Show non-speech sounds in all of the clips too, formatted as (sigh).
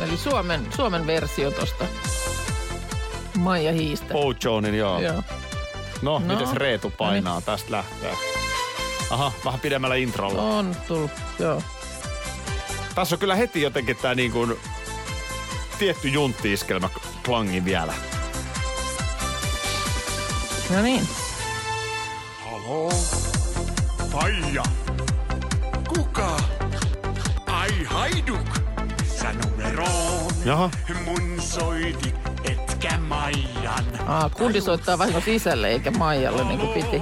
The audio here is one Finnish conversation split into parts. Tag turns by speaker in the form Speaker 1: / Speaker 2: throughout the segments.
Speaker 1: Eli Suomen, Suomen versio tosta. Maija Hiistä.
Speaker 2: Pouchonin, joo. joo.
Speaker 1: Joo.
Speaker 2: No, no,
Speaker 1: No.
Speaker 2: mitäs Reetu painaa? Tästä lähtee. Aha, vähän pidemmällä introlla. No.
Speaker 1: On tullut, joo.
Speaker 2: Tässä on kyllä heti jotenkin tää niin kuin tietty junttiiskelmä klangi vielä.
Speaker 1: No niin.
Speaker 3: Halo? Faija? Kuka? Ai haiduk? Sä numeroon
Speaker 2: Jaha.
Speaker 3: mun soitit, etkä Maijan.
Speaker 1: Aa, kundi soittaa vahingossa isälle eikä Maijalle niin kuin piti.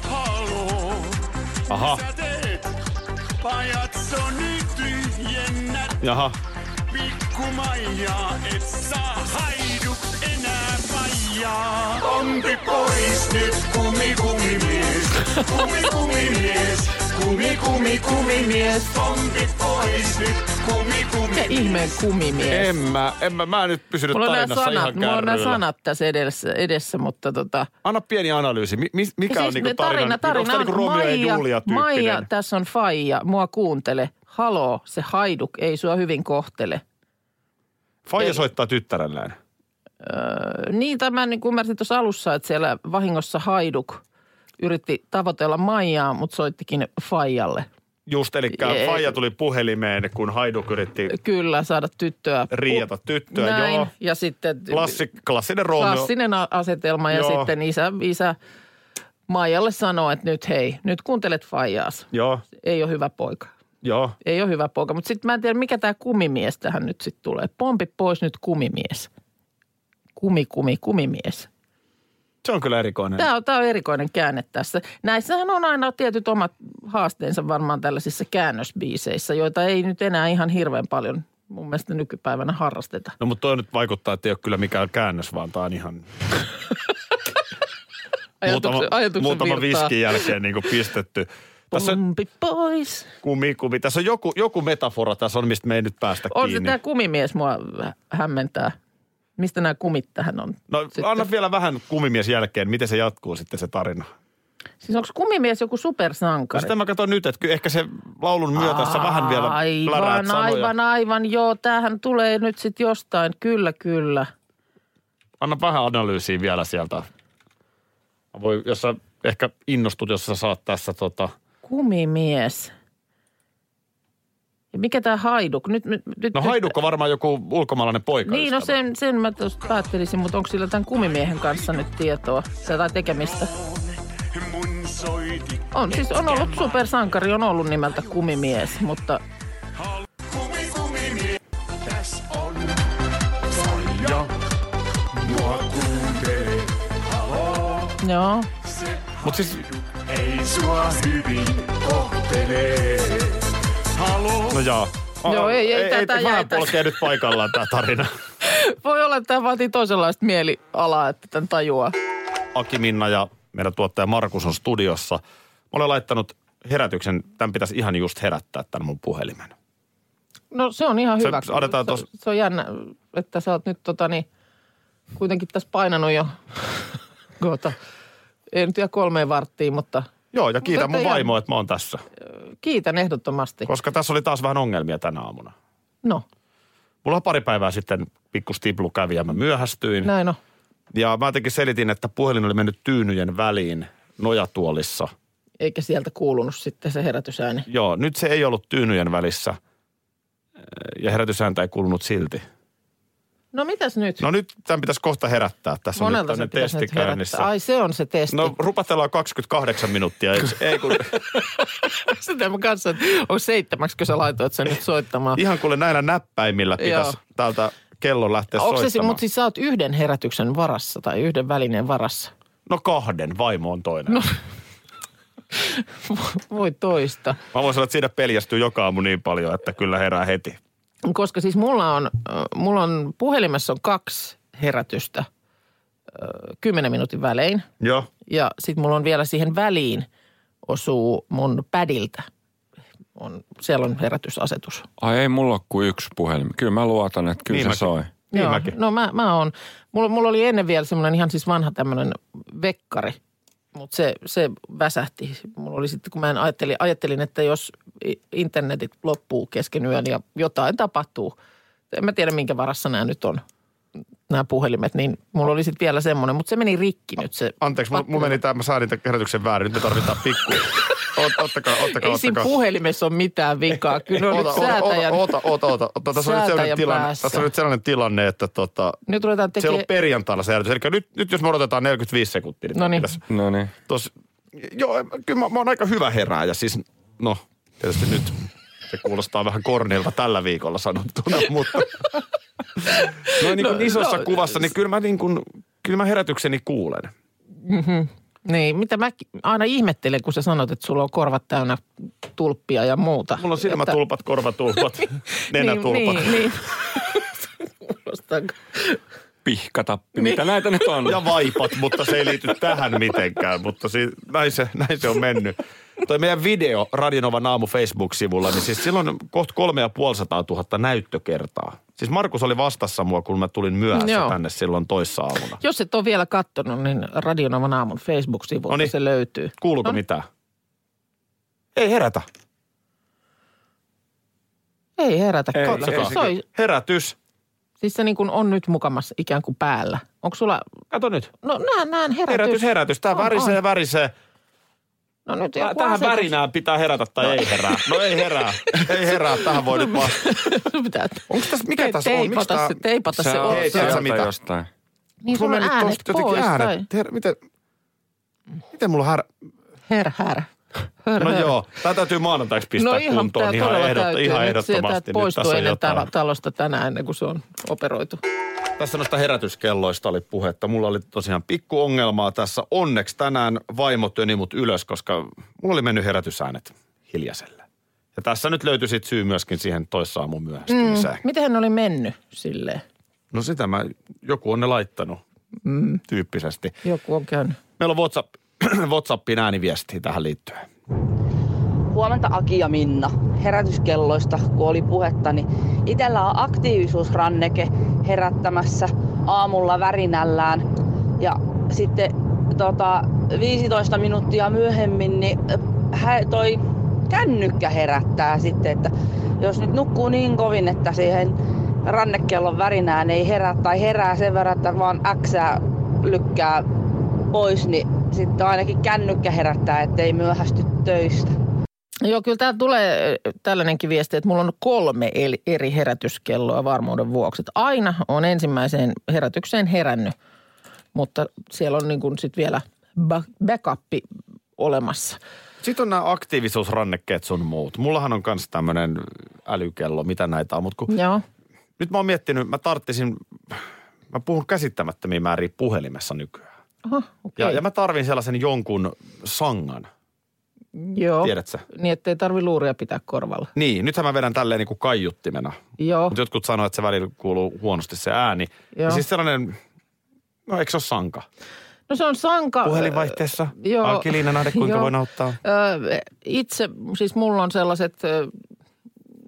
Speaker 3: Halo?
Speaker 2: Aha,
Speaker 3: Sä teet? Pajatso nyt tyhjennät.
Speaker 2: jaha.
Speaker 3: Pikku Maija, et saa haiduk enää Maijaa. Ompi pois nyt, kumi kumi mies. Kumi kumi mies. Kumi kumi kumi mies. Ompi pois nyt, kumi kumi
Speaker 1: Mikä ihmeen kumimies?
Speaker 2: En mä, en mä, mä en nyt pysynyt
Speaker 1: Mulla on nämä
Speaker 2: tarinassa
Speaker 1: sanat,
Speaker 2: ihan
Speaker 1: mulla on nämä
Speaker 2: kärryillä.
Speaker 1: sanat tässä edessä, edessä mutta tota... Siis
Speaker 2: Anna pieni analyysi. Mi, mi, mikä on niinku tarina? Onko tää niinku Romeo ja Julia tyyppinen?
Speaker 1: Maija, tässä on Faija, mua kuuntele. Haloo, se haiduk ei sua hyvin kohtele.
Speaker 2: Faija soittaa tyttärellään.
Speaker 1: Ö, Niin, tämä niin kuin ymmärsin tuossa alussa, että siellä vahingossa haiduk yritti tavoitella Maijaa, mutta soittikin Faijalle.
Speaker 2: Just, eli
Speaker 1: Jee.
Speaker 2: Faija tuli puhelimeen, kun Haiduk yritti
Speaker 1: Kyllä, saada tyttöä.
Speaker 2: riiata tyttöä.
Speaker 1: Näin,
Speaker 2: Joo.
Speaker 1: ja sitten
Speaker 2: Klassi, klassinen Romeo.
Speaker 1: klassinen a- asetelma ja
Speaker 2: Joo.
Speaker 1: sitten isä, isä Maijalle sanoo, että nyt hei, nyt kuuntelet Faijaas.
Speaker 2: Joo,
Speaker 1: Ei ole hyvä poika.
Speaker 2: joo.
Speaker 1: Ei ole hyvä poika, mutta sitten mä en tiedä, mikä tämä kumimies tähän nyt sitten tulee. Pompi pois nyt kumimies. Kumi, kumi, kumimies.
Speaker 2: Se on kyllä
Speaker 1: (laughs)
Speaker 2: erikoinen.
Speaker 1: Tämä on, tämä on erikoinen käänne tässä. Näissähän on aina tietyt omat haasteensa varmaan tällaisissa käännösbiiseissä, joita ei nyt enää ihan hirveän paljon mun mielestä nykypäivänä harrasteta.
Speaker 2: No mutta toi nyt vaikuttaa, että ei ole kyllä mikään käännös, vaan tää on ihan muutama,
Speaker 1: virtaa.
Speaker 2: muutama viskin jälkeen niin kuin pistetty. Tässä on
Speaker 1: Pompi pois.
Speaker 2: kumi, kumi. Tässä on joku, joku metafora tässä on, mistä me ei nyt päästä
Speaker 1: On se
Speaker 2: kiinni.
Speaker 1: tämä kumimies mua hä- hämmentää. Mistä nämä kumit tähän on?
Speaker 2: No
Speaker 1: sitten?
Speaker 2: anna vielä vähän kumimies jälkeen, miten se jatkuu sitten se tarina.
Speaker 1: Siis onko kumimies joku
Speaker 2: No
Speaker 1: supersankari?
Speaker 2: sitä mä katson nyt, että kyllä ehkä se laulun myötä sä vähän vielä läräät
Speaker 1: Aivan,
Speaker 2: sanoja.
Speaker 1: aivan, aivan, joo. Tämähän tulee nyt sitten jostain. Kyllä, kyllä.
Speaker 2: Anna vähän analyysiä vielä sieltä. Voi, jos sä ehkä innostut, jos sä saat tässä tota...
Speaker 1: Kumimies. Ja mikä tämä haiduk? Nyt, nyt, nyt,
Speaker 2: No Haiduk on varmaan joku ulkomaalainen poika.
Speaker 1: Niin, no sen, sen mä tuosta päättelisin, mutta onko sillä tämän kumimiehen kanssa nyt tietoa? Tai tekemistä?
Speaker 3: mun soitit.
Speaker 1: On, siis on ollut supersankari, on ollut nimeltä kumimies, mutta
Speaker 3: Kumi kumi mies. Täs on Faija. Mua kuuntelee.
Speaker 1: joo.
Speaker 3: Se
Speaker 2: Mutta siis,
Speaker 3: ei sua hyvin kohtelee. Halo?
Speaker 2: no jaa.
Speaker 1: Joo, ei- ei tätä
Speaker 2: ei vähän
Speaker 1: jäi tässä.
Speaker 2: polkee nyt paikallaan tämä tarina.
Speaker 1: Voi olla, että tämä vaatii toisenlaista mielialaa, että tämän tajuaa.
Speaker 2: Aki Minna ja meidän tuottaja Markus on studiossa. Mä olen laittanut herätyksen, tämän pitäisi ihan just herättää tämän mun puhelimen.
Speaker 1: No se on ihan
Speaker 2: Se-
Speaker 1: hyvä.
Speaker 2: se annetaan
Speaker 1: se,
Speaker 2: tos-
Speaker 1: se on jännä, että sä oot nyt tota, niin, kuitenkin tässä painanut jo (laughs) kohta. Ei nyt vielä kolmeen varttiin, mutta
Speaker 2: Joo, ja kiitän
Speaker 1: Mutta
Speaker 2: mun
Speaker 1: ihan-
Speaker 2: vaimoa, että mä oon tässä.
Speaker 1: kiitän ehdottomasti.
Speaker 2: Koska tässä oli taas vähän ongelmia tänä aamuna.
Speaker 1: No,
Speaker 2: Mulla pari päivää sitten pikku stiblu kävi ja mä myöhästyin.
Speaker 1: näin on.
Speaker 2: Ja mä jotenkin selitin, että puhelin oli mennyt tyynyjen väliin nojatuolissa.
Speaker 1: Eikä sieltä kuulunut sitten se herätysääni.
Speaker 2: Joo, nyt se ei ollut tyynyjen välissä ja herätysääntä ei kuulunut silti.
Speaker 1: No mitäs nyt?
Speaker 2: No nyt tämän pitäisi kohta herättää. Tässä on nyt
Speaker 1: Monelta se
Speaker 2: tämmöinen
Speaker 1: pitäisi
Speaker 2: testi
Speaker 1: nyt herättää.
Speaker 2: käynnissä.
Speaker 1: Ai se on se testi.
Speaker 2: No
Speaker 1: No.
Speaker 2: rupatellaan 28 minuuttia. Ei, ei kun,
Speaker 1: (laughs) Sitä mä kanssa, että on seitsemäksi, kun sä laitoit sen nyt soittamaan.
Speaker 2: ihan kuule näillä näppäimillä pitäisi
Speaker 1: Joo.
Speaker 2: täältä kellon lähteä
Speaker 1: Onko se,
Speaker 2: soittamaan.
Speaker 1: mutta siis sä oot yhden herätyksen varassa tai yhden välineen varassa.
Speaker 2: No kahden, vaimo on toinen.
Speaker 1: No. Voi toista.
Speaker 2: Mä voin sanoa, että siinä peljästyy joka aamu niin paljon, että kyllä herää heti.
Speaker 1: koska siis mulla on, äh, mulla on puhelimessa on kaksi herätystä äh, kymmenen minuutin välein.
Speaker 2: Joo.
Speaker 1: Ja sitten mulla on vielä siihen väliin osuu mun pädiltä. On, siellä on herätysasetus.
Speaker 4: Ai ei mulla ole kuin yksi puhelin. Kyllä mä luotan, että kyllä
Speaker 2: Niin
Speaker 4: se
Speaker 2: mäkin.
Speaker 4: soi.
Speaker 2: Niin
Speaker 1: Joo.
Speaker 2: mäkin.
Speaker 1: No mä, mä oon. Mulla, mulla oli ennen vielä semmoinen ihan siis vanha tämmöinen vekkari, mutta se, se väsähti. Mulla oli sitten, kun mä en ajattelin, ajattelin, että jos i- internetit loppuu kesken yön ja jotain tapahtuu. En mä tiedä, minkä varassa nämä nyt on, nämä puhelimet, niin mulla oli sitten vielä semmoinen, mutta se meni rikki nyt se.
Speaker 2: Anteeksi, mulla, mulla meni tämä, mä sain niitä herätyksen väärin. Nyt me tarvitaan pikku. Ot, ottakaa, ottakaa,
Speaker 1: Ei siinä
Speaker 2: ottakaa.
Speaker 1: puhelimessa ole mitään vikaa. Kyllä on nyt säätäjän.
Speaker 2: Oota, oota, oota, oota. Tässä on, nyt sellainen
Speaker 1: säätäjän
Speaker 2: tilanne,
Speaker 1: päässä.
Speaker 2: tässä on nyt sellainen tilanne, että tota,
Speaker 1: Nyt ruvetaan
Speaker 2: se on
Speaker 1: tekemään.
Speaker 2: ollut perjantaina se herätys. Eli nyt, nyt jos me odotetaan 45 sekuntia, niin
Speaker 1: No niin.
Speaker 2: pitäisi-
Speaker 4: No niin.
Speaker 2: Tos, joo, em- kyllä mä, mä oon aika hyvä herääjä. Siis, no, tietysti nyt se kuulostaa vähän kornilta tällä viikolla sanottuna, (laughs) mutta no, niin kuin
Speaker 1: No,
Speaker 2: isossa
Speaker 1: no,
Speaker 2: kuvassa, niin kyllä mä, niin kuin, kyllä mä herätykseni kuulen.
Speaker 1: Niin, mitä mä aina ihmettelen, kun sä sanot, että sulla on korvat täynnä tulppia ja muuta.
Speaker 2: Mulla on
Speaker 1: Että-
Speaker 2: silmätulpat,
Speaker 1: (laughs)
Speaker 2: korvatulpat, nenätulpat.
Speaker 1: Niin, niin, (laughs) niin. Kuulostaako?
Speaker 4: Pihkatappi, mitä näitä nyt on?
Speaker 2: Niin. (laughs) ja vaipat, mutta se ei liity tähän mitenkään, mutta si- näin, se, näin se on mennyt. Toi meidän video Radionovan aamu Facebook-sivulla, niin siis silloin kohta kolme ja puoli sataa tuhatta näyttökertaa. Siis Markus oli vastassa mua, kun mä tulin myöhässä
Speaker 1: Joo.
Speaker 2: tänne silloin toissa aamuna.
Speaker 1: Jos et ole vielä kattonut, niin Radionavan aamun Facebook-sivulta
Speaker 2: Noniin.
Speaker 1: se löytyy.
Speaker 2: Kuuluuko
Speaker 1: No.
Speaker 2: mitään? Ei herätä.
Speaker 1: Ei herätä
Speaker 4: Ei,
Speaker 1: kyllä.
Speaker 2: Katsokaa.
Speaker 4: se-
Speaker 1: Soi,
Speaker 2: Herätys.
Speaker 1: siis se niin kuin on nyt mukamassa ikään kuin päällä. Onko sulla,
Speaker 2: Kato nyt.
Speaker 1: no näen, näen herätys.
Speaker 2: Herätys, herätys. Tää
Speaker 1: On,
Speaker 2: värisee,
Speaker 1: on.
Speaker 2: värisee.
Speaker 1: No nyt
Speaker 2: Tää,
Speaker 1: joku
Speaker 2: tähän
Speaker 1: asetus.
Speaker 2: värinään pitää herätä tai ei herää. No ei herää. Ei herää. Tähän
Speaker 1: (laughs)
Speaker 2: voi nyt vaan.
Speaker 1: Sun (laughs) pitää
Speaker 2: Onko tässä, mikä tässä on? Miksi
Speaker 1: teipata
Speaker 2: tää-
Speaker 1: se, teipata se
Speaker 4: Sä oot
Speaker 2: Hei,
Speaker 1: osa.
Speaker 2: tiedätkö
Speaker 4: sieltä
Speaker 2: mitä?
Speaker 4: jostain.
Speaker 1: Niin sulla on
Speaker 2: meni
Speaker 1: äänet
Speaker 2: tosta jotenkin
Speaker 1: pois.
Speaker 2: äänet.
Speaker 1: tai-
Speaker 2: Her, miten, miten mulla härä...
Speaker 1: Her, her. Hör,
Speaker 2: No
Speaker 1: hör.
Speaker 2: joo, tää täytyy maanantaiksi pistää
Speaker 1: No ihan, tämä
Speaker 2: kuntoon niin ihan,
Speaker 1: todella
Speaker 2: ehdot,
Speaker 1: täytyy.
Speaker 2: ihan
Speaker 1: Nyt sieltä
Speaker 2: ehdottomasti. Nyt
Speaker 1: poistuu
Speaker 2: tässä on
Speaker 1: ennen
Speaker 2: jotain.
Speaker 1: talo- talosta tänään, ennen kuin se on operoitu.
Speaker 2: Tässä noista herätyskelloista oli puhetta. Mulla oli tosiaan pikku ongelmaa tässä. Onneksi tänään vaimo töni mut ylös, koska mulla oli mennyt herätysäänet hiljaiselle. Ja tässä nyt löytyi sit syy myöskin siihen toissaamun myöhästymiseen. Mm.
Speaker 1: Miten hän oli mennyt silleen?
Speaker 2: No sitä mä, joku on ne laittanut mm. tyyppisesti.
Speaker 1: Joku on käynyt.
Speaker 2: Meillä on WhatsApp, (clears throat) WhatsAppin ääniviestiä tähän liittyen.
Speaker 5: Huomenta Aki ja Minna. Herätyskelloista, kun oli puhetta, niin itellä on aktiivisuusranneke herättämässä aamulla värinällään. Ja sitten tota, 15 minuuttia myöhemmin, niin ö, hä- toi kännykkä herättää sitten, että jos nyt nukkuu niin kovin, että siihen rannekellon värinään ei herää tai herää sen verran, että vaan äksää lykkää pois, niin sitten ainakin kännykkä herättää, ettei myöhästy töistä.
Speaker 1: Joo, kyllä täällä tulee ö, tällainenkin viesti, että mulla on kolme el- eri herätyskelloa varmuuden vuoksi. Että aina on ensimmäiseen herätykseen herännyt, mutta siellä on niin kuin sit vielä ba- backup olemassa.
Speaker 2: Sitten on nämä aktiivisuusrannekkeet sun muut. Mullahan on myös tämmöinen älykello, mitä näitä on. Mutta kun
Speaker 1: Joo.
Speaker 2: nyt mä oon miettinyt, mä tarttisin, mä puhun käsittämättömiä määriä puhelimessa nykyään.
Speaker 1: Aha, okei.
Speaker 2: Ja, ja mä tarvin sellaisen jonkun sangan,
Speaker 1: Joo.
Speaker 2: tiedät sä?
Speaker 1: Niin, ettei tarvi luuria pitää korvalla.
Speaker 2: Niin, nythän mä vedän tälleen niin kuin kaiuttimena.
Speaker 1: Joo.
Speaker 2: Mutta jotkut sanoo, että se välillä kuuluu huonosti se ääni. Joo.
Speaker 1: Joo.
Speaker 2: Ja siis sellainen, no eikö se ole sanka?
Speaker 1: No se on sanka.
Speaker 2: Puhelinvaihteessa,
Speaker 1: Ö, joo.
Speaker 2: Anki-Liina Nahde, kuinka
Speaker 1: Joo.
Speaker 2: voin auttaa?
Speaker 1: Ö, Itse, siis mulla on sellaiset, ö,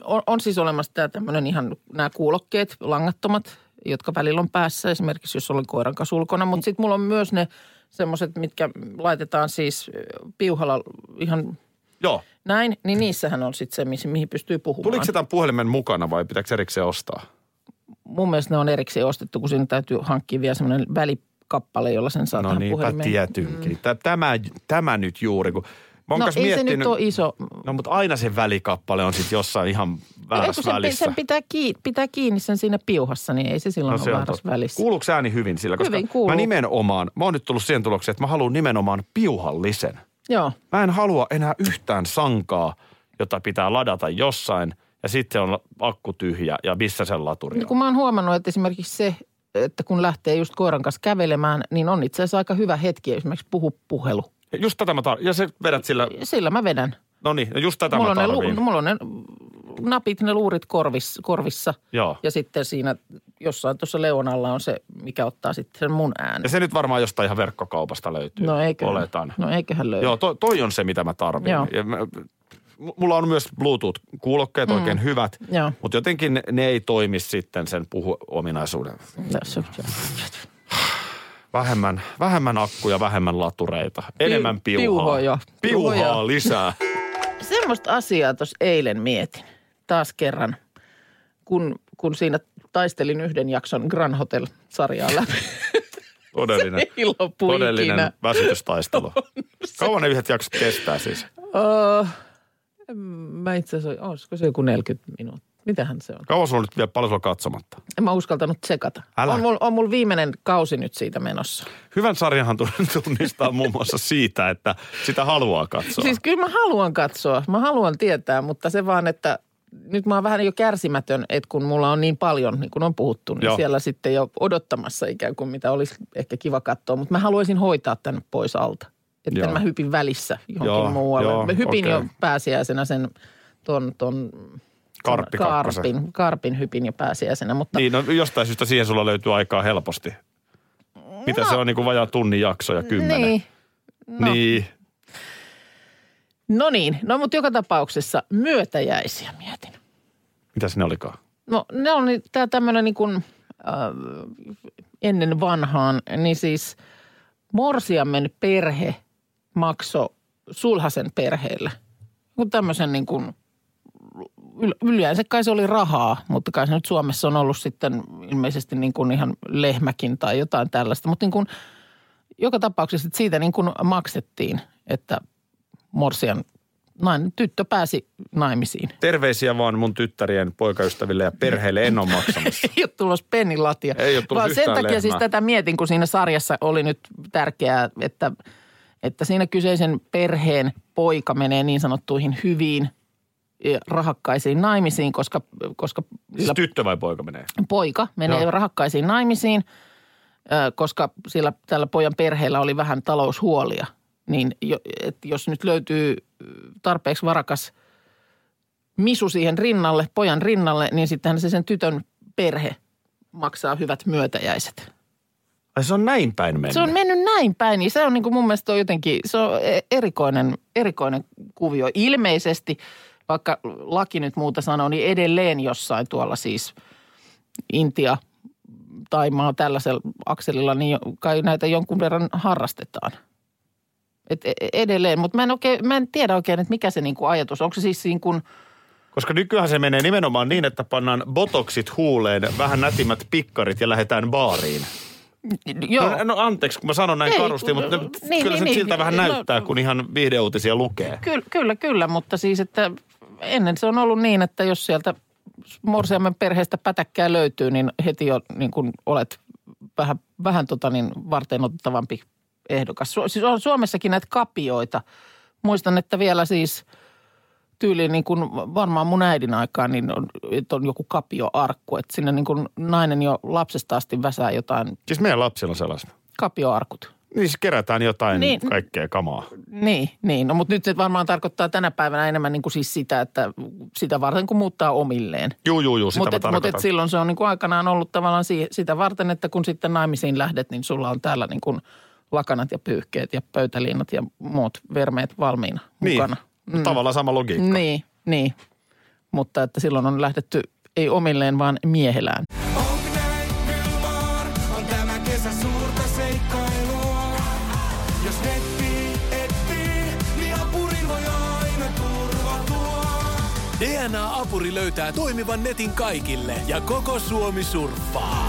Speaker 1: on, on siis olemassa tämä tämmöinen ihan nämä kuulokkeet, langattomat, jotka välillä on päässä, esimerkiksi jos olen koiran kanssa ulkona. Mutta sitten mulla on myös ne semmoiset, mitkä laitetaan siis ö, piuhalla ihan
Speaker 2: Joo.
Speaker 1: näin, niin niissähän on sitten se, mihin- mihin pystyy puhumaan.
Speaker 2: Tuliko se tämän puhelimen mukana vai pitääkö erikseen ostaa?
Speaker 1: Mun mielestä ne on erikseen ostettu, kun siinä täytyy hankkia vielä semmoinen välikappale, jolla sen saa
Speaker 2: No
Speaker 1: tähän
Speaker 2: niinpä
Speaker 1: puhelimeen.
Speaker 2: tietynkin. Mm. Tämä, tämä nyt juuri, kun mä oon
Speaker 1: No
Speaker 2: kas
Speaker 1: ei
Speaker 2: miettinyt,
Speaker 1: se nyt ole iso. No
Speaker 2: No mutta aina se välikappale on sitten jossain ihan
Speaker 1: Ei, kun
Speaker 2: väärässä
Speaker 1: sen,
Speaker 2: välissä. No
Speaker 1: sen pitää, kiinni, pitää kiinni sen siinä piuhassa, niin ei se silloin ole väärässä
Speaker 2: totta.
Speaker 1: välissä.
Speaker 2: Kuuluuko ääni hyvin sillä? Koska
Speaker 1: Hyvin kuuluu.
Speaker 2: Mä nimenomaan, mä oon nyt tullut siihen tulokseen, että mä haluan nimenomaan piuhallisen.
Speaker 1: Joo.
Speaker 2: Mä en halua enää yhtään sankaa, jota pitää ladata jossain ja sitten on akku tyhjä ja missä sen laturi
Speaker 1: Niin
Speaker 2: on.
Speaker 1: kun mä oon huomannut, että esimerkiksi se, että kun lähtee just koiran kanssa kävelemään, niin on itse asiassa aika hyvä hetki esimerkiksi puhu puhelu.
Speaker 2: Just tätä mä tar- Ja sä vedät sillä,
Speaker 1: Ja Sillä mä vedän.
Speaker 2: no niin, just tätä
Speaker 1: mulla,
Speaker 2: mä
Speaker 1: on ne,
Speaker 2: tarviin.
Speaker 1: lu- mulla on ne napit ne luurit korvissa, korvissa
Speaker 2: Joo.
Speaker 1: ja sitten siinä jossain tuossa leonalla on se, mikä ottaa sitten sen mun
Speaker 2: Ja
Speaker 1: äänen.
Speaker 2: se nyt varmaan jostain ihan verkkokaupasta löytyy.
Speaker 1: No eiköhän,
Speaker 2: Oletan.
Speaker 1: no eiköhän löydy.
Speaker 2: Joo, toi, toi on se, mitä mä tarvin.
Speaker 1: Joo.
Speaker 2: Ja mä, m- mulla on myös Bluetooth-kuulokkeet mm. oikein hyvät,
Speaker 1: Joo.
Speaker 2: mutta jotenkin ne, ne ei toimi sitten sen puhuominaisuuden.
Speaker 1: Tässä on-
Speaker 2: Vähemmän, vähemmän akkuja, vähemmän latureita, enemmän piuhaa.
Speaker 1: piuhoja.
Speaker 2: Piuhaa
Speaker 1: Piuhoja.
Speaker 2: lisää.
Speaker 1: (laughs) Semmoista asiaa tuossa eilen mietin taas kerran, kun, kun siinä taistelin yhden jakson Grand Hotel-sarjaa läpi. (laughs)
Speaker 2: Todellinen,
Speaker 1: Ei lopu ikinä.
Speaker 2: todellinen
Speaker 1: (laughs)
Speaker 2: väsytystaistelu. Kauan ne yhdet jaksot kestää siis?
Speaker 1: Oh, mä itse asiassa, olisiko se joku 40 minuuttia? Mitähän se on?
Speaker 2: Kauan sulla on nyt vielä paljon sulla katsomatta?
Speaker 1: En mä uskaltanut tsekata.
Speaker 2: Älä.
Speaker 1: On mulla on mul viimeinen kausi nyt siitä menossa.
Speaker 2: Hyvän sarjahan tun- tunnistaa muun muassa siitä, että sitä haluaa katsoa.
Speaker 1: Siis kyllä mä haluan katsoa, mä haluan tietää, mutta se vaan, että nyt mä oon vähän jo kärsimätön, että kun mulla on niin paljon, niin kuin on puhuttu, niin
Speaker 2: Joo.
Speaker 1: siellä sitten jo odottamassa ikään kuin mitä olisi ehkä kiva katsoa. Mutta mä haluaisin hoitaa tämän pois alta, että
Speaker 2: Joo.
Speaker 1: mä hypin välissä johonkin
Speaker 2: Joo,
Speaker 1: muualle.
Speaker 2: joo,
Speaker 1: mä hypin jo
Speaker 2: okei.
Speaker 1: pääsiäisenä sen ton, ton
Speaker 2: Karppi kakkosen.
Speaker 1: karpin, karpin hypin jo pääsiäisenä, mutta
Speaker 2: Niin, no jostain syystä siihen sulla löytyy aikaa helposti. Mitä se on niin kuin vajaa tunnin jakso ja kymmenen?
Speaker 1: No. niin.
Speaker 2: no. niin.
Speaker 1: No niin, no mutta joka tapauksessa myötäjäisiä mietin.
Speaker 2: Mitä sinne olikaan?
Speaker 1: No ne on tämä tämmöinen niin kuin äh, ennen vanhaan, niin siis Morsiammen perhe maksoi Sulhasen perheelle. Kun tämmöisen niin kuin, yl- yleensä kai se oli rahaa, mutta kai se nyt Suomessa on ollut sitten ilmeisesti niin kuin ihan lehmäkin tai jotain tällaista. Mutta niin kuin, joka tapauksessa että siitä niin kuin maksettiin, että Morsian nainen, tyttö pääsi naimisiin.
Speaker 2: Terveisiä vaan mun tyttärien poikaystäville ja perheelle en ole
Speaker 1: (laughs)
Speaker 2: maksamassa.
Speaker 1: ei ole tulossa pennilatia.
Speaker 2: Ei ole tullut
Speaker 1: Vaan sen
Speaker 2: yhtään
Speaker 1: takia
Speaker 2: lehmää.
Speaker 1: siis tätä mietin, kun siinä sarjassa oli nyt tärkeää, että, että siinä kyseisen perheen poika menee niin sanottuihin hyviin eh, rahakkaisiin naimisiin, koska, koska
Speaker 2: Siis
Speaker 1: sillä
Speaker 2: tyttö vai poika menee?
Speaker 1: poika menee
Speaker 2: Joo.
Speaker 1: rahakkaisiin naimisiin, ö, koska sillä tällä pojan perheellä oli vähän taloushuolia. Niin jo, et jos nyt löytyy ö, tarpeeksi varakas misu siihen rinnalle, pojan rinnalle, niin sittenhän se sen tytön perhe maksaa hyvät myötäjäiset.
Speaker 2: Ai se on näin päin mennyt.
Speaker 1: Se on mennyt näin päin, niin se on niin kuin mun mielestä on jotenkin, se on e- erikoinen, erikoinen kuvio. Ilmeisesti, vaikka laki nyt muuta sanoo, niin edelleen jossain tuolla siis Intia, Taimaa tällaisella akselilla, niin jo- kai näitä jonkun verran harrastetaan. Et e- edelleen, mutta mä en, oikein, mä en tiedä oikein, että mikä se niinku ajatus, onko se siis niin kuin,
Speaker 2: Koska nykyään se menee nimenomaan niin, että pannaan botoksit huuleen, vähän nätimmät pikkarit ja lähdetään baariin.
Speaker 1: joo.
Speaker 2: No, no anteeksi, kun mä sanon näin
Speaker 1: Ei,
Speaker 2: karusti,
Speaker 1: kun-
Speaker 2: mutta
Speaker 1: niin,
Speaker 2: niin, kyllä
Speaker 1: niin,
Speaker 2: se
Speaker 1: niin.
Speaker 2: niin, siltä vähän
Speaker 1: No-
Speaker 2: näyttää, kun ihan viihdeuutisia lukee.
Speaker 1: Kyllä, kyllä, kyllä, mutta siis, että ennen se on ollut niin, että jos sieltä Morsiamen perheestä pätäkkää löytyy, niin heti jo niin kun olet vähän, vähän tota niin, varten otettavampi ehdokas. Su- siis on Suomessakin näitä kapioita. Muistan, että vielä siis tyyliin niin kuin varmaan mun äidin aikaan, niin on, että on joku kapioarkku. Että sinne niin kuin nainen jo lapsesta asti väsää jotain
Speaker 2: Siis meidän lapsilla on sellaista.
Speaker 1: kapioarkut.
Speaker 2: Niin siis kerätään jotain niin.
Speaker 1: Niin.
Speaker 2: kaikkea kamaa.
Speaker 1: Niin, niin. No, mutta nyt se varmaan tarkoittaa tänä päivänä enemmän niin kuin siis sitä, että sitä varten kun muuttaa omilleen.
Speaker 2: Juu, juu, juu, sitä
Speaker 1: Mutta
Speaker 2: mä
Speaker 1: et, mut et
Speaker 2: tarkoitan.
Speaker 1: silloin se on niin kuin aikanaan ollut tavallaan si- sitä varten, että kun sitten naimisiin lähdet, niin sulla on täällä niin kuin lakanat ja pyyhkeet ja pöytäliinat ja muut vermeet valmiina
Speaker 2: niin.
Speaker 1: mukana.
Speaker 2: Mm. Tavallaan sama logiikka.
Speaker 1: Niin, niin. Mutta että silloin on lähdetty ei omilleen, vaan miehelään.
Speaker 3: On tämä kesä suurta seikkailua. Jos netti etsii, niin apurin voi aina turvatua.
Speaker 6: DNA-apuri löytää toimivan netin kaikille ja koko Suomi surffaa.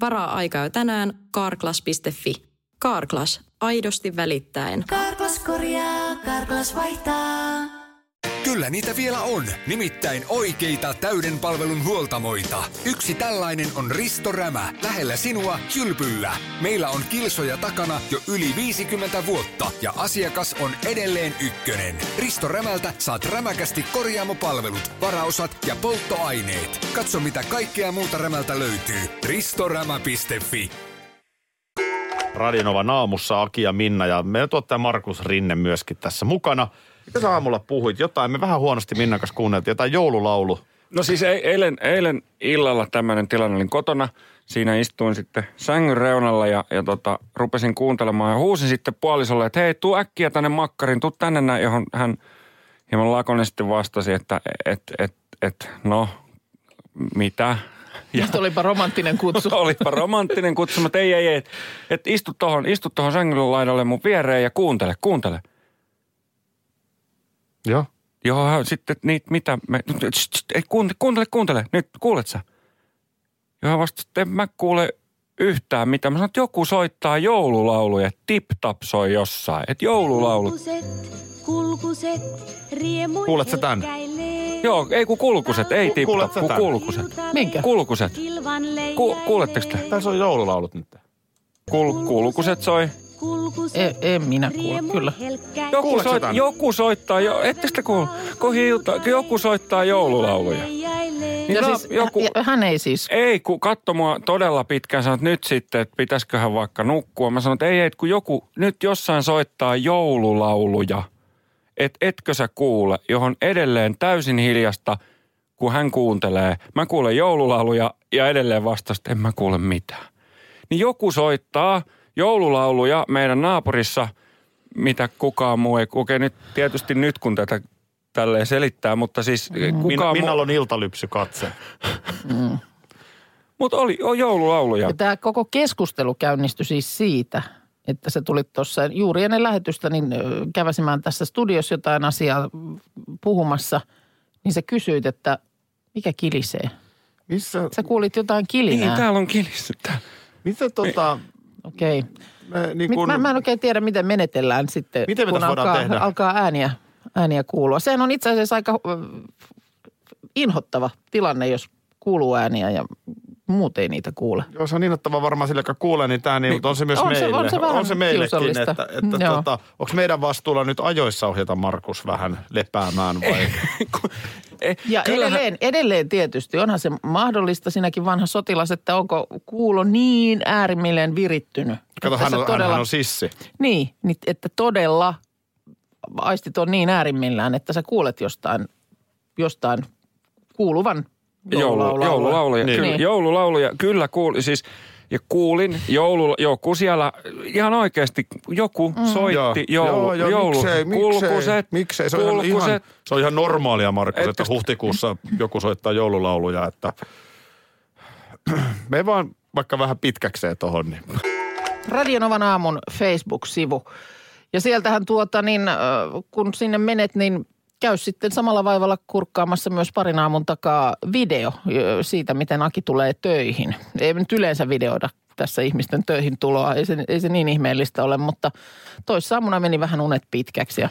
Speaker 7: Varaa aika jo tänään karklas.fi. Karklas, aidosti välittäen.
Speaker 8: Karklas korjaa, Karklas vaihtaa.
Speaker 9: Kyl Kyllä niitä vielä on, nimittäin oikeita täyden palvelun huoltamoita. Yksi tällainen on Risto Rämä, lähellä sinua, kylpyllä. Meillä on kilsoja takana jo yli 50 vuotta ja asiakas on edelleen ykkönen. Risto Rämältä saat rämäkästi korjaamopalvelut, varaosat ja polttoaineet. Katso mitä kaikkea muuta Rämältä löytyy. ristorämä.fi
Speaker 2: Radinovan aamussa Aki ja Minna ja meidän tuottaja Markus Rinne myöskin tässä mukana. Mitä sä aamulla puhuit? Jotain, me vähän huonosti Minnan kanssa kuunneltiin, jotain joululaulu.
Speaker 4: No siis ei, eilen, eilen illalla tämmöinen tilanne, olin kotona. Siinä istuin sitten sängyn reunalla ja, ja tota, rupesin kuuntelemaan ja huusin sitten puolisolle, että hei, tuu äkkiä tänne makkarin, tuu tänne näin, johon hän hieman lakonen sitten vastasi, että et, et, et, no, mitä?
Speaker 1: Nyt olipa romanttinen
Speaker 2: (laughs)
Speaker 1: kutsu.
Speaker 4: Olipa romanttinen kutsu, mutta ei, ei, ei. Et, et istu tohon, istu tohon sängyn laidalle mun viereen ja kuuntele, kuuntele.
Speaker 2: Joo.
Speaker 4: Joo, hän sitten niitä, mitä me... nyt, tst, tst, Ei, kuuntele, kuuntele, kuuntele. Nyt, kuulet sä? Joo, hän vastasi, että en mä kuule yhtään mitä. Mä sanoin, että joku soittaa joululauluja, tip-tap soi jossain. Että joululaulu.
Speaker 10: Kulkuset, kulkuset, riemun
Speaker 2: Kuulet sä tän?
Speaker 10: helkäilee.
Speaker 4: Joo, ei kun kulkuset, ei
Speaker 2: Kuulet
Speaker 4: tip-tap,
Speaker 2: sä
Speaker 4: kun
Speaker 2: tän?
Speaker 4: kulkuset.
Speaker 1: Minkä?
Speaker 4: Kulkuset.
Speaker 10: Kilvan
Speaker 4: Ku,
Speaker 10: leijailee.
Speaker 4: kuuletteko te?
Speaker 2: Tässä on joululaulut nyt.
Speaker 4: Kul, kulkuset soi.
Speaker 10: Kulkuset,
Speaker 1: En, E- en minä kuule,
Speaker 10: riemun
Speaker 1: kyllä.
Speaker 10: helkäilee.
Speaker 4: Joku,
Speaker 2: Kuuletko
Speaker 4: soit,
Speaker 2: tän?
Speaker 4: joku soittaa, jo, ettekö te kuule? Kohilta, joku soittaa joululauluja.
Speaker 10: Leijailee.
Speaker 4: Niin
Speaker 1: Ja
Speaker 4: no,
Speaker 1: siis,
Speaker 4: joku,
Speaker 1: hän, hän ei siis.
Speaker 4: Ei, kun katso mua todella pitkään, sanoit nyt sitten, että pitäisiköhän vaikka nukkua. Mä sanoin, että ei, ei, kun joku nyt jossain soittaa joululauluja, et etkö sä kuule, johon edelleen täysin hiljasta, kun hän kuuntelee. Mä kuulen joululauluja ja edelleen vastasta, että en mä kuule mitään. Niin joku soittaa joululauluja meidän naapurissa, mitä kukaan muu ei kuke. Nyt, tietysti nyt, kun tätä tälleen selittää, mutta siis
Speaker 2: Minna,
Speaker 4: kukaan
Speaker 2: Minnalla on
Speaker 4: muu.
Speaker 2: iltalypsy katse.
Speaker 4: Mutta oli on joululauluja.
Speaker 1: Ja tämä koko keskustelu käynnistyi siis siitä, että se tuli tuossa juuri ennen lähetystä, niin ö, käväsimään tässä studiossa jotain asiaa mm, puhumassa, niin sä kysyit, että mikä kilisee?
Speaker 2: Missä,
Speaker 1: Sä kuulit jotain kilinää.
Speaker 4: Niin, täällä on kilistä. (laughs) tää.
Speaker 2: mitä tota,
Speaker 1: Okei. Okay.
Speaker 2: me, niin
Speaker 1: Kun...
Speaker 2: kun,
Speaker 1: Mä, mä en oikein tiedä, miten menetellään sitten,
Speaker 2: Miten me
Speaker 1: kun
Speaker 2: tässä voidaan
Speaker 1: alkaa,
Speaker 2: tehdä?
Speaker 1: alkaa ääniä, ääniä kuulua. Sehän on itse asiassa aika äh, inhottava tilanne, jos kuuluu ääniä ja muut ei niitä kuule.
Speaker 2: jos on innoittava varmaan sille, joka kuulee, niin tämä niin, mutta on se myös
Speaker 1: on se-
Speaker 2: meille.
Speaker 1: on se vähän
Speaker 2: on se meillekin,
Speaker 1: kiusallista.
Speaker 2: että, että
Speaker 1: Joo.
Speaker 2: tota, onko meidän vastuulla nyt ajoissa ohjata Markus vähän lepäämään vai?
Speaker 1: (laughs)
Speaker 4: Eh,
Speaker 1: Ja
Speaker 4: kyllähän-
Speaker 1: edelleen, edelleen tietysti, onhan se mahdollista sinäkin vanha sotilas, että onko kuulo niin äärimmilleen virittynyt.
Speaker 2: Kato,
Speaker 1: että
Speaker 2: hän
Speaker 1: sä
Speaker 2: on, todella... hän on sissi.
Speaker 1: Niin, niin, että todella aistit on niin äärimmillään, että sä kuulet jostain, jostain kuuluvan
Speaker 4: joulu,
Speaker 1: joululaulua.
Speaker 4: joululauluja.
Speaker 2: Niin.
Speaker 4: Niin. Kyllä,
Speaker 1: Niin.
Speaker 4: joululauluja, kyllä kuulin. Siis, ja kuulin joulu, joku siellä, ihan oikeasti joku mm. soitti
Speaker 2: Joo,
Speaker 4: joulu,
Speaker 2: joo, joo,
Speaker 4: joulu,
Speaker 2: miksei, miksei,
Speaker 4: kulkuset,
Speaker 2: miksei. Se, on ihan, ihan,
Speaker 4: kulkuset.
Speaker 2: se on ihan normaalia, Markus,
Speaker 4: Ettekö
Speaker 2: että
Speaker 4: te-
Speaker 2: huhtikuussa joku soittaa joululauluja, että me vaan vaikka vähän pitkäkseen tohon, niin
Speaker 1: Radionovan aamun Facebook-sivu. Ja sieltähän tuota niin, äh, kun sinne menet, niin käy sitten samalla vaivalla kurkkaamassa myös parin aamun takaa video ö, siitä, miten Aki tulee töihin. Ei me nyt yleensä videoida tässä ihmisten töihin tuloa, ei se, ei se niin ihmeellistä ole, mutta toissaamuna meni vähän unet pitkäksi. Ja,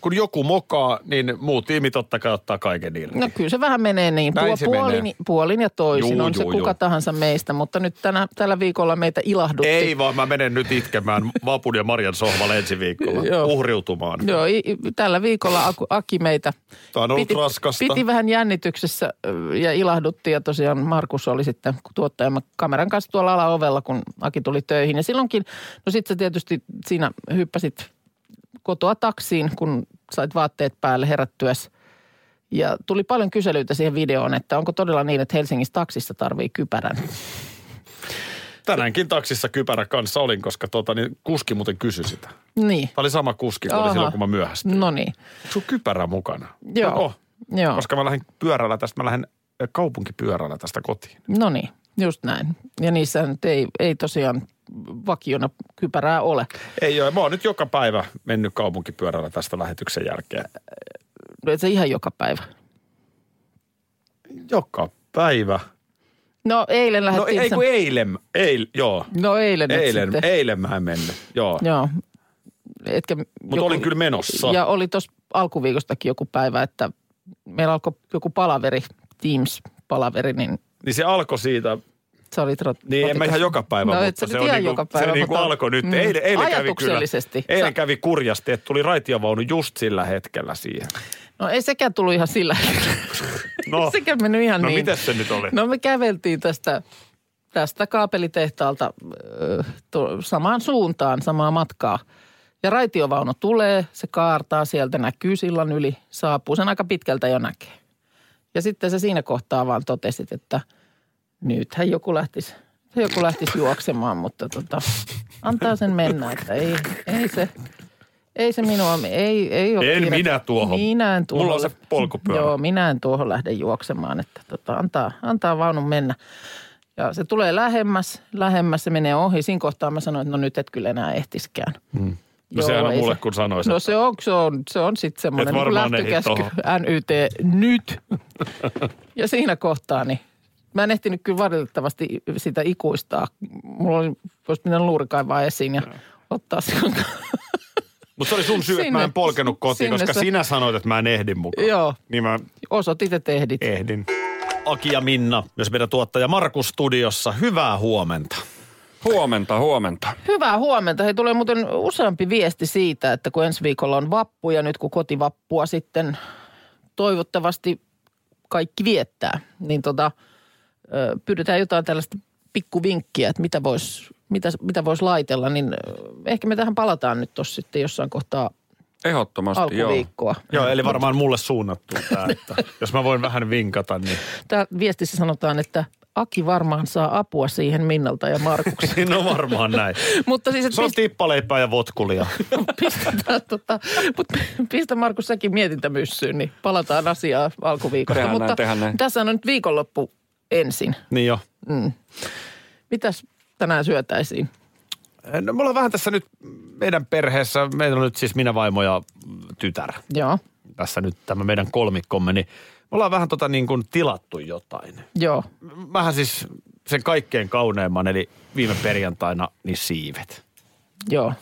Speaker 2: kun joku mokaa, niin muu tiimi totta kai ottaa kaiken niille.
Speaker 1: no kyllä se vähän menee niin,
Speaker 2: Näin se
Speaker 1: puolin,
Speaker 2: menee.
Speaker 1: puolin ja toisin
Speaker 2: Juu,
Speaker 1: on se
Speaker 2: juu,
Speaker 1: kuka
Speaker 2: juu.
Speaker 1: tahansa meistä, mutta nyt tänä, tällä viikolla meitä ilahdutti.
Speaker 2: Ei vaan, mä menen nyt itkemään Vapun ja Marjan sohvalle ensi viikolla
Speaker 1: Joo.
Speaker 2: uhriutumaan.
Speaker 1: Joo, i, i, tällä viikolla Aku, Aki meitä
Speaker 2: Tää on ollut raskasta.
Speaker 1: piti vähän jännityksessä ö, ja ilahdutti ja tosiaan Markus oli sitten tuottajamme kameran kanssa tuolla alaovella, kun Aki tuli töihin. Ja silloinkin, no sit sä tietysti siinä hyppäsit kotoa taksiin, kun sait vaatteet päälle herättyäs. Ja tuli paljon kyselyitä siihen videoon, että onko todella niin, että Helsingissä taksissa tarvii kypärän.
Speaker 2: Tänäänkin taksissa kypärä kanssa olin, koska tota, niin kuski muuten kysyi sitä. Tämä
Speaker 1: Niin.
Speaker 2: oli sama kuski kuin oli
Speaker 1: Aha.
Speaker 2: silloin, kun mä myöhästyin.
Speaker 1: No niin.
Speaker 2: Onko sun kypärä mukana?
Speaker 1: Joo.
Speaker 2: No, oh.
Speaker 1: Joo.
Speaker 2: Koska mä lähden pyörällä tästä, mä lähden ö, kaupunkipyörällä tästä kotiin.
Speaker 1: No niin, just näin. Ja niissä nyt ei, ei tosiaan vakiona kypärää ole.
Speaker 2: Ei ole, mä oon nyt joka päivä mennyt kaupunkipyörällä tästä lähetyksen jälkeen.
Speaker 1: No et se ihan joka päivä.
Speaker 2: Joka päivä.
Speaker 1: No eilen
Speaker 2: No
Speaker 1: lähdettiin.
Speaker 2: ei
Speaker 1: sen-
Speaker 2: kun eilen, eil, joo.
Speaker 1: no eilen, nyt
Speaker 2: Eilen,
Speaker 1: sitten.
Speaker 2: eilen mä en mennyt, joo.
Speaker 1: Joo. Etkä
Speaker 2: Mutta olin kyllä menossa.
Speaker 1: Ja oli tuossa alkuviikostakin joku päivä, että meillä alkoi joku palaveri, Teams-palaveri, niin
Speaker 2: Niin se alkoi siitä,
Speaker 1: sä olit rot-
Speaker 2: niin en mä
Speaker 1: rotikas.
Speaker 2: ihan joka päivä,
Speaker 1: no, et
Speaker 2: mutta
Speaker 1: sä
Speaker 2: se,
Speaker 1: nyt
Speaker 2: on
Speaker 1: ihan
Speaker 2: niinku,
Speaker 1: joka päivä,
Speaker 2: se niinku
Speaker 1: mutta-
Speaker 2: alkoi nyt. Eilen, eilen kävi kyllä,
Speaker 1: Ajatuksellisesti.
Speaker 2: eilen
Speaker 1: Sä-
Speaker 2: kävi kurjasti, että tuli raitiovaunu just sillä hetkellä
Speaker 1: (laughs)
Speaker 2: siihen.
Speaker 1: No ei sekään tullut ihan sillä.
Speaker 2: No.
Speaker 1: No, (laughs) sekään mennyt ihan
Speaker 2: no
Speaker 1: niin.
Speaker 2: mites se nyt oli?
Speaker 1: No me käveltiin tästä, tästä kaapelitehtaalta ö, tu- samaan suuntaan, samaa matkaa. Ja raitiovaunu tulee, se kaartaa sieltä, näkyy sillan yli, saapuu. Sen aika pitkältä jo näkee. Ja sitten sä siinä kohtaa vaan totesit, että nythän joku lähtisi, joku lähtisi juoksemaan, mutta tota, antaa sen mennä, että ei, ei se... Ei se minua, ei, ei ole
Speaker 2: En
Speaker 1: kiire.
Speaker 2: minä tuohon.
Speaker 1: Minä en tuohon.
Speaker 2: Mulla on se polkupyörä.
Speaker 1: Joo, minä en tuohon lähde juoksemaan, että tota, antaa, antaa vaunun mennä. Ja se tulee lähemmäs, lähemmäs, se menee ohi. Siinä kohtaa mä sanoin, että no nyt et kyllä enää ehtiskään. Hmm.
Speaker 2: No sehän on mulle, kun sanoin
Speaker 1: No
Speaker 2: no,
Speaker 1: se on, se on, se on sitten semmoinen niin kuin
Speaker 2: varmaan ehdi
Speaker 1: lähtökäsky, NYT, nyt. ja siinä kohtaa, niin mä en ehtinyt kyllä valitettavasti sitä ikuistaa. Mulla oli, olisi pitänyt luuri kaivaa esiin ja ottaa se
Speaker 2: Mutta se oli sun syy, että mä en
Speaker 1: Sinne-
Speaker 2: polkenut kotiin,
Speaker 1: sinne
Speaker 2: koska
Speaker 1: se-
Speaker 2: sinä sanoit, että mä en ehdi mukaan.
Speaker 1: (laughs) Joo.
Speaker 2: Niin mä
Speaker 1: Osoitit, että ehdit.
Speaker 2: ehdin. Aki ja Minna, myös meidän tuottaja Markus studiossa. Hyvää huomenta.
Speaker 4: Huomenta, huomenta.
Speaker 1: Hyvää huomenta. Hei, tulee muuten useampi viesti siitä, että kun ensi viikolla on vappu ja nyt kun kotivappua sitten toivottavasti kaikki viettää, niin tota, ö, pyydetään jotain tällaista pikkuvinkkiä, että mitä voisi mitä, mitä vois laitella, niin ö, ehkä me tähän palataan nyt tuossa sitten jossain kohtaa
Speaker 4: Ehdottomasti, joo.
Speaker 1: alkuviikkoa.
Speaker 2: Joo, eli varmaan mulle suunnattu
Speaker 1: (laughs)
Speaker 2: tämä, että jos mä voin vähän vinkata, niin... (laughs)
Speaker 1: Tää viestissä sanotaan, että Aki varmaan saa apua siihen Minnalta ja Markukselta.
Speaker 2: No varmaan näin.
Speaker 1: (laughs) Mutta siis,
Speaker 2: Se
Speaker 1: että
Speaker 2: on
Speaker 1: pist,
Speaker 2: tippaleipää
Speaker 1: (laughs)
Speaker 2: ja votkulia.
Speaker 1: pistetään, tota, mut pistä Markus säkin mietintämyssyyn, niin palataan asiaan alkuviikosta.
Speaker 4: Tehdään näin,
Speaker 1: Mutta
Speaker 4: tehdään näin.
Speaker 1: tässä on nyt viikonloppu ensin.
Speaker 2: Niin jo.
Speaker 1: Mitäs tänään syötäisiin?
Speaker 2: No, me ollaan vähän tässä nyt meidän perheessä, meillä on nyt siis minä vaimo ja tytär.
Speaker 1: Joo,
Speaker 2: Tässä nyt tämä meidän kolmikkomme, niin me ollaan vähän tota niin kuin tilattu jotain.
Speaker 1: joo.
Speaker 2: Vähän siis sen kaikkein kauneimman, eli viime perjantaina, niin siivet.
Speaker 1: Joo.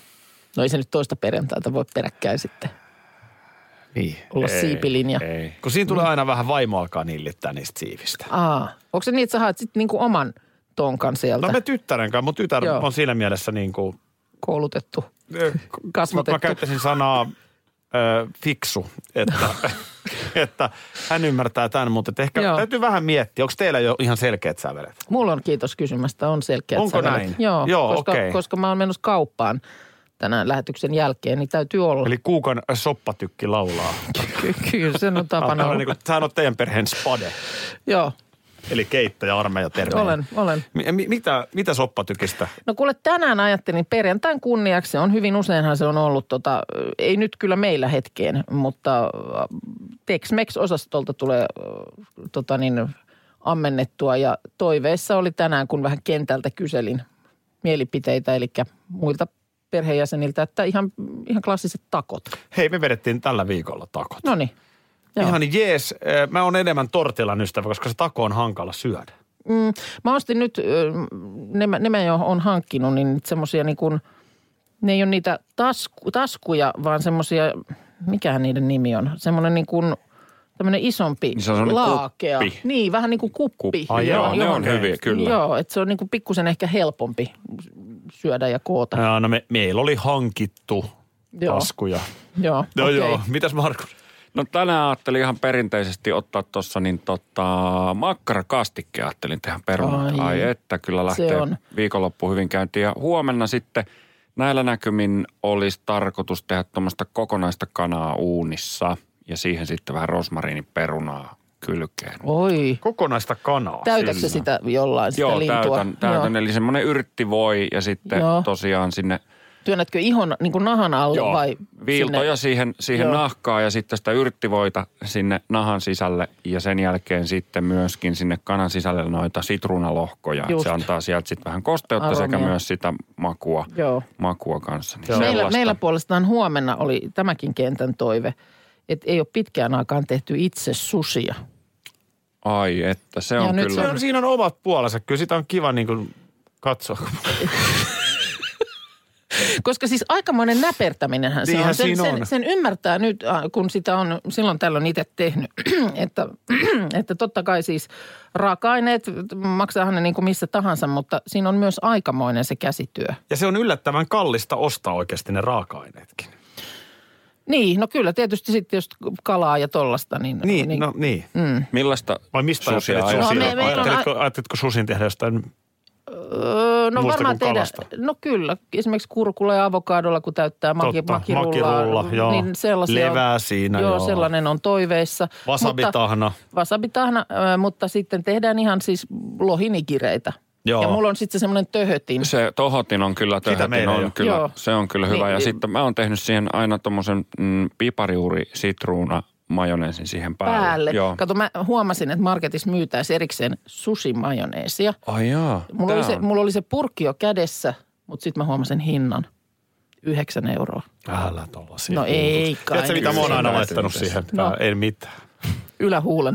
Speaker 1: No ei se nyt toista perjantaita voi peräkkäin sitten
Speaker 2: Niin.
Speaker 1: olla ei, siipilinja. Niin.
Speaker 2: Ei. Kun siinä tulee aina vähän vaimo alkaa nillittää niistä siivistä. No
Speaker 1: Aa, onko se niin, että sä haet sitten niinku oman tonkan sieltä
Speaker 2: No me tyttären kanssa, mun tytär Joo.
Speaker 1: Joo.
Speaker 2: on siinä mielessä niin kuin...
Speaker 1: koulutettu? Kasvatettu.
Speaker 2: Mä käyttäisin sanaa ö, fiksu,
Speaker 1: (laughs)
Speaker 2: että, että hän ymmärtää tämän, mutta että ehkä Joo.
Speaker 1: Joo.
Speaker 2: täytyy vähän miettiä, onko teillä jo ihan selkeät sävelet?
Speaker 1: Mulla on kiitos kysymästä, on selkeät
Speaker 2: Onko
Speaker 1: sävelet.
Speaker 2: näin?
Speaker 1: Joo,
Speaker 2: Joo,
Speaker 1: koska,
Speaker 2: okei.
Speaker 1: koska mä oon menossa kauppaan tänään lähetyksen jälkeen, niin täytyy olla.
Speaker 2: Eli kuukan soppatykki laulaa.
Speaker 1: Ky- kyllä, sen
Speaker 2: (laughs)
Speaker 1: on tapana
Speaker 2: Tämä on
Speaker 1: olla.
Speaker 2: niin kuin, sehän on teidän perheen spade,
Speaker 1: Joo,
Speaker 2: eli keittäjä, armeija, terve.
Speaker 1: olen, olen.
Speaker 2: Mi- mi- mitä, mitä soppatykistä?
Speaker 1: No kuule, tänään ajattelin perjantain kunniaksi, se on hyvin useinhan se on ollut, tota, ö, ei nyt kyllä meillä hetkeen, mutta ö, Tex-Mex-osastolta tulee ö, tota niin, ammennettua ja toiveissa oli tänään, kun vähän kentältä kyselin mielipiteitä, eli muilta perheenjäseniltä, että ihan, ihan klassiset takot.
Speaker 2: Hei, me vedettiin tällä viikolla takot.
Speaker 1: No niin. joo.
Speaker 2: Ihan jees, ö, mä oon enemmän tortilan ystävä, koska se tako on hankala syödä.
Speaker 1: Mm, mä ostin nyt, ö, ne, mä- ne mä jo on hankkinut, niin semmoisia niin kuin, ne ei ole niitä tasku, taskuja, vaan semmoisia, mikähän niiden nimi on, semmoinen niin kuin, tämmöinen isompi
Speaker 4: Niin se on semmoinen
Speaker 1: laakea.
Speaker 4: kuppi.
Speaker 1: Niin, vähän niin kuin kuppi.
Speaker 2: Ai joo,
Speaker 4: Joo,
Speaker 1: Johon-
Speaker 4: ne on
Speaker 2: Okei.
Speaker 4: hyviä, kyllä.
Speaker 1: Joo, että se on niin kuin pikkusen ehkä helpompi syödä ja koota.
Speaker 4: Äh.
Speaker 2: Ää, No me, meillä oli hankittu
Speaker 1: Joo.
Speaker 2: taskuja.
Speaker 1: Joo,
Speaker 2: No
Speaker 1: okei.
Speaker 2: joo, mitäs Markus?
Speaker 4: No tänään ajattelin ihan perinteisesti ottaa tuossa niin tota, makkarakastikkeen ajattelin tehdä
Speaker 1: Ai,
Speaker 4: perunat. Ai että kyllä
Speaker 1: se
Speaker 4: lähtee
Speaker 1: on.
Speaker 4: viikonloppu hyvin käyntiin. Ja huomenna sitten näillä näkymin olisi tarkoitus tehdä tuommoista kokonaista kanaa uunissa ja siihen sitten vähän rosmariiniperunaa kylkeen.
Speaker 1: Oi,
Speaker 2: Kokonaista kanaa.
Speaker 1: täytätkö se
Speaker 2: Siis-
Speaker 1: sitä jollain, sitä
Speaker 4: Joo,
Speaker 1: lintua?
Speaker 4: täytän, täytän.
Speaker 1: Joo.
Speaker 4: Eli semmoinen yrtti voi ja sitten
Speaker 1: Joo.
Speaker 4: tosiaan sinne
Speaker 1: Työnnätkö ihon niin kuin nahan alle
Speaker 4: Joo,
Speaker 1: vai
Speaker 4: viiltoja
Speaker 1: sinne?
Speaker 4: siihen, siihen
Speaker 1: Joo.
Speaker 4: nahkaan ja sitten sitä yrttivoita sinne nahan sisälle ja sen jälkeen sitten myöskin sinne kanan sisälle noita sitruunalohkoja. Et
Speaker 1: Just.
Speaker 4: Se antaa sieltä sitten vähän kosteutta
Speaker 1: Aromia.
Speaker 4: sekä myös sitä makua,
Speaker 1: Joo.
Speaker 4: makua kanssa. Niin
Speaker 1: Meillä,
Speaker 4: sellaista.
Speaker 1: meillä puolestaan huomenna oli tämäkin kentän toive, että ei ole pitkään aikaan tehty itse susia.
Speaker 4: Ai että, se
Speaker 1: Ja
Speaker 4: on
Speaker 1: nyt
Speaker 4: kyllä.
Speaker 2: Se on, siinä on omat puolensa. Kyllä sitä on kiva niin kuin katsoa.
Speaker 1: Koska siis aikamoinen näpertäminenhän se
Speaker 2: Niinhän
Speaker 1: on. Sen,
Speaker 2: siinä
Speaker 1: sen,
Speaker 2: on.
Speaker 1: sen ymmärtää nyt, äh, kun sitä on silloin tällöin itse tehnyt, (clears throat) että, että totta kai siis raaka-aineet, maksaahan ne niin kuin missä tahansa, mutta siinä on myös aikamoinen se käsityö.
Speaker 2: Ja se on yllättävän kallista ostaa oikeasti ne raaka-aineetkin.
Speaker 1: Niin, no kyllä tietysti sitten jos kalaa ja tollasta, niin...
Speaker 2: Niin, niin. no niin.
Speaker 4: Millaista
Speaker 2: Vai mistä
Speaker 4: susia
Speaker 2: ajattelit
Speaker 4: ajatellaan?
Speaker 1: No,
Speaker 2: susin?
Speaker 1: me- meillä on-
Speaker 2: ajattelitko, ajattelitko susin tehdä jostain?
Speaker 1: Öö, no
Speaker 2: Muusta
Speaker 1: varmaan
Speaker 2: kuin
Speaker 1: tehdä,
Speaker 2: kalasta.
Speaker 1: no kyllä. Esimerkiksi kurkulla ja avokadolla, kun täyttää maki,
Speaker 2: Totta,
Speaker 1: makirullaa,
Speaker 2: makirulla, joo.
Speaker 1: niin sellaisia
Speaker 2: Levää
Speaker 1: on,
Speaker 2: siinä,
Speaker 1: joo,
Speaker 2: joo.
Speaker 1: sellainen on toiveissa.
Speaker 2: Wasabitahna.
Speaker 1: Mutta, wasabitahna, öö, mutta sitten tehdään ihan siis lohinikireitä.
Speaker 2: Joo.
Speaker 1: Ja mulla on sitten semmoinen töhötin.
Speaker 4: Se tohotin on kyllä töhötin,
Speaker 2: meillä ei ole.
Speaker 4: on kyllä,
Speaker 1: Joo.
Speaker 4: se on kyllä hyvä.
Speaker 1: Niin,
Speaker 4: ja
Speaker 1: niin.
Speaker 4: sitten mä oon tehnyt siihen aina tommosen mm, pipariuri sitruuna majoneesin siihen päälle.
Speaker 1: Päälle.
Speaker 4: Joo.
Speaker 1: Kato, mä huomasin, että marketissa myytäisiin erikseen susimajoneesia.
Speaker 4: Ai jaa,
Speaker 1: Mulla,
Speaker 4: tää
Speaker 1: oli se,
Speaker 4: on.
Speaker 1: mulla oli se purkki jo kädessä, mutta sitten mä huomasin hinnan. 9 euroa.
Speaker 2: Älä tollasia.
Speaker 1: No ei kai.
Speaker 2: Tiedätkö, mitä mä oon
Speaker 1: nyt.
Speaker 2: aina laittanut siihen? No. En mitään.
Speaker 1: Ylähuulen.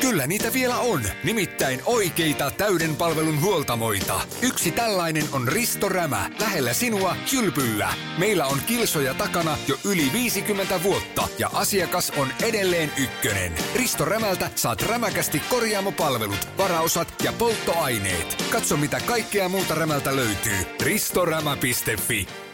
Speaker 9: Kyllä niitä vielä on, nimittäin oikeita täyden palvelun huoltamoita. Yksi tällainen on Risto Rämä, lähellä sinua, kylpyllä. Meillä on kilsoja takana jo yli 50 vuotta ja asiakas on edelleen ykkönen. Risto Rämältä saat rämäkästi korjaamopalvelut, varaosat ja polttoaineet. Katso mitä kaikkea muuta Rämältä löytyy. Ristorämä.fi